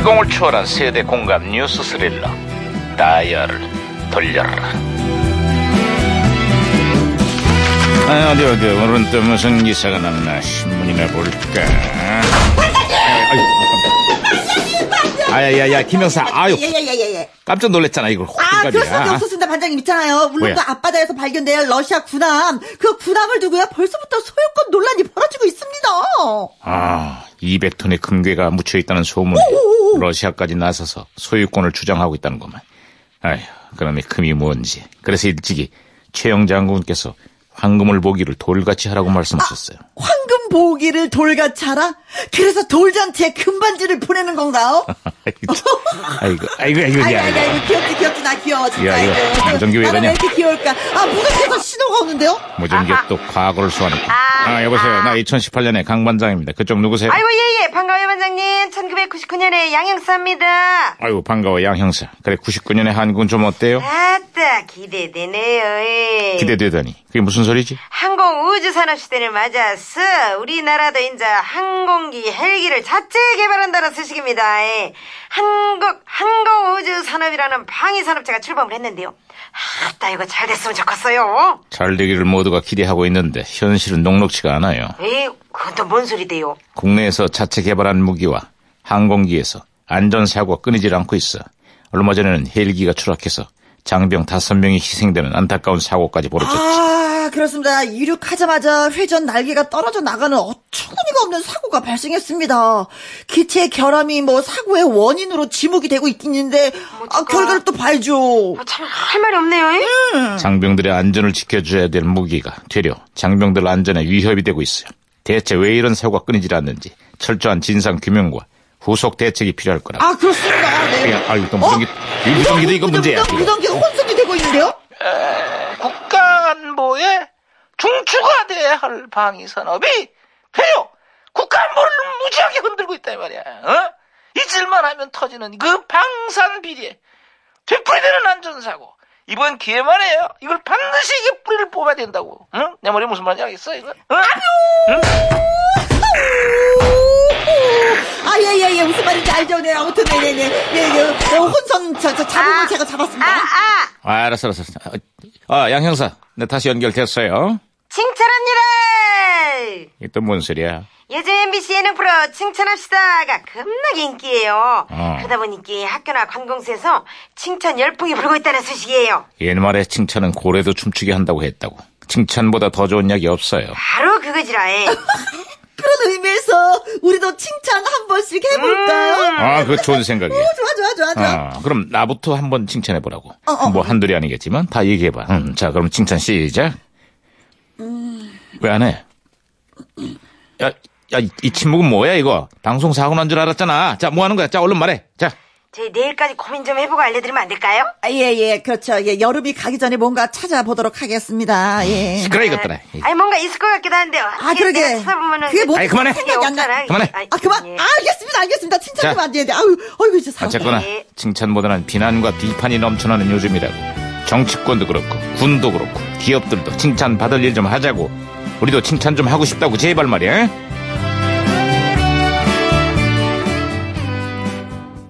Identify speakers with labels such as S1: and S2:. S1: 감동을 초월한 세대 공감 뉴스 스릴러 다이얼을 돌려라 아, 어디 어디 오늘은 또 무슨 기사가 났나 신문이나 볼까 아야야야 김영사 아유
S2: 예예예예예.
S1: 깜짝 놀랐잖아 이걸
S2: 아, 그럴 수밖에
S1: 호들갑이야.
S2: 없었습니다, 반장님 있잖아요. 물론
S1: 뭐야?
S2: 그 앞바다에서 발견된 러시아 군함, 그 군함을 두고요 벌써부터 소유권 논란이 벌어지고 있습니다.
S1: 아, 200톤의 금괴가 묻혀 있다는 소문. 러시아까지 나서서 소유권을 주장하고 있다는 것만. 아휴, 그놈의 금이 뭔지. 그래서 일찍이 최영 장군께서 황금을 보기를 돌같이 하라고 말씀하셨어요.
S2: 황금 보기를 돌같이 하라. 그래서 돌잔치에 금반지를 보내는 건가요?
S1: 아이고, 아이고, 아이고, 아이고,
S2: 아이고,
S1: 아이고,
S2: 아이고, 아이고, 귀엽지, 귀엽지, 나 귀여워, 진짜.
S1: 야, 이거
S2: 아이고.
S1: 감정기 왜
S2: 나는
S1: 이러냐?
S2: 이렇게 귀여울까? 아, 무슨 계서 신호가 오는데요?
S1: 무전기가 또 과거를 소환했다. 아, 여보세요. 나 2018년의 강반장입니다. 그쪽 누구세요?
S3: 아이고 예예 반가워요 반장님 1999년에 양형사입니다
S1: 아이고, 반가워, 양 형사. 그래, 99년의 한국은 좀 어때요?
S3: 아따 기대되네요 예.
S1: 기대되다니. 그게 무슨 소리지?
S3: 항공 우주산업 시대를 맞아서 우리나라도 이제 항공기 헬기를 자체 개발한다는 소식입니다 예. 한국 항공 우주산업이라는 방위산업체가 출범을 했는데요 아따 이거 잘 됐으면 좋겠어요
S1: 잘 되기를 모두가 기대하고 있는데 현실은 녹록치가 않아요.
S3: 에이 그건 또 뭔 소리대요
S1: 국내에서 자체 개발한 무기와 항공기에서 안전사고가 끊이질 않고 있어 얼마 전에는 헬기가 추락해서 장병 다섯 명이 희생되는 안타까운 사고까지 벌어졌지.
S2: 아, 그렇습니다. 이륙하자마자 회전 날개가 떨어져 나가는 어처구니가 없는 사고가 발생했습니다. 기체 결함이 뭐 사고의 원인으로 지목이 되고 있긴 있는데, 아, 결과를 또 봐야죠.
S3: 아, 참 할 말이 없네요
S1: 음.
S3: 예.
S1: 장병들의 안전을 지켜줘야 될 무기가 되려 장병들 안전에 위협이 되고 있어요. 대체 왜 이런 사고가 끊이질 않는지 철저한 진상 규명과 후속 대책이 필요할 거라고.
S2: 아, 그렇습니다. 아, 네.
S1: 야, 아, 이거 무전기, 이 무전기도 이거 문제야.
S2: 무전-
S1: 이거.
S2: 무전기가 혼선이 되고 있는데요?
S4: 국가안보에 중추가 돼야 할 방위산업이 필요! 국가안보를 무지하게 흔들고 있다, 이 말이야. 어? 잊을만 하면 터지는 그 방산 비리에 되풀이되는 안전사고. 이번 기회만에요. 이걸 반드시 이게 뿌리를 뽑아야 된다고. 응? 내 머리 무슨 말인지 알겠어, 이거? 응?
S2: 아, 예, 예, 예. 무슨 말인지 알죠? 네, 아무튼, 네, 네, 네. 네, 네. 네, 혼선 자, 자, 잡음을
S3: 아.
S2: 제가 잡았습니다.
S3: 아아
S1: 아, 알았어, 알았어. 알았어. 아, 양 형사, 네, 다시 연결됐어요.
S3: 칭찬합니다
S1: 이게 또 뭔 소리야?
S3: 요즘 MBC 예능 프로 칭찬합시다가 겁나게 인기예요.
S1: 어.
S3: 그러다 보니까 학교나 관공서에서 칭찬 열풍이 불고 있다는 소식이에요.
S1: 옛말에 칭찬은 고래도 춤추게 한다고 했다고. 칭찬보다 더 좋은 약이 없어요.
S3: 바로 그거지라. 예.
S2: 그런 의미에서 우리도 칭찬 한 번씩
S3: 음.
S2: 해볼까요?
S1: 아, 그거 좋은 생각이야.
S2: 어, 좋아, 좋아, 좋아, 좋아.
S1: 아, 그럼 나부터 한번 칭찬해보라고.
S2: 어, 어.
S1: 뭐 한둘이 아니겠지만 다 얘기해봐. 음, 자, 그럼 칭찬 시작. 왜 안 해? 야, 야, 이, 이 침묵은 뭐야 이거? 방송 사고 난 줄 알았잖아. 자, 뭐 하는 거야? 자, 얼른 말해. 자,
S3: 저희 내일까지 고민 좀 해보고 알려드리면 안 될까요?
S2: 아, 예, 예, 그렇죠. 예, 여름이 가기 전에 뭔가 찾아보도록 하겠습니다. 예.
S1: 시끄러 이것들아. 이-
S3: 네. 아니 뭔가 있을 것 같기도 한데
S2: 아, 그러게.
S3: 찾아보면은
S2: 그게 뭐-
S1: 아이, 그만해.
S2: 생각이 안 나.
S1: 그만해.
S2: 아, 그만.
S3: 예.
S2: 아, 알겠습니다. 알겠습니다. 칭찬 좀
S1: 자.
S2: 안 돼야 돼. 아유, 아. 어이구, 진짜 사람.
S1: 어쨌거나
S3: 네.
S1: 칭찬보다는 비난과 비판이 넘쳐나는 요즘이라고 정치권도 그렇고 군도 그렇고 기업들도 칭찬 받을 일 좀 하자고 우리도 칭찬 좀 하고 싶다고 제발 말이야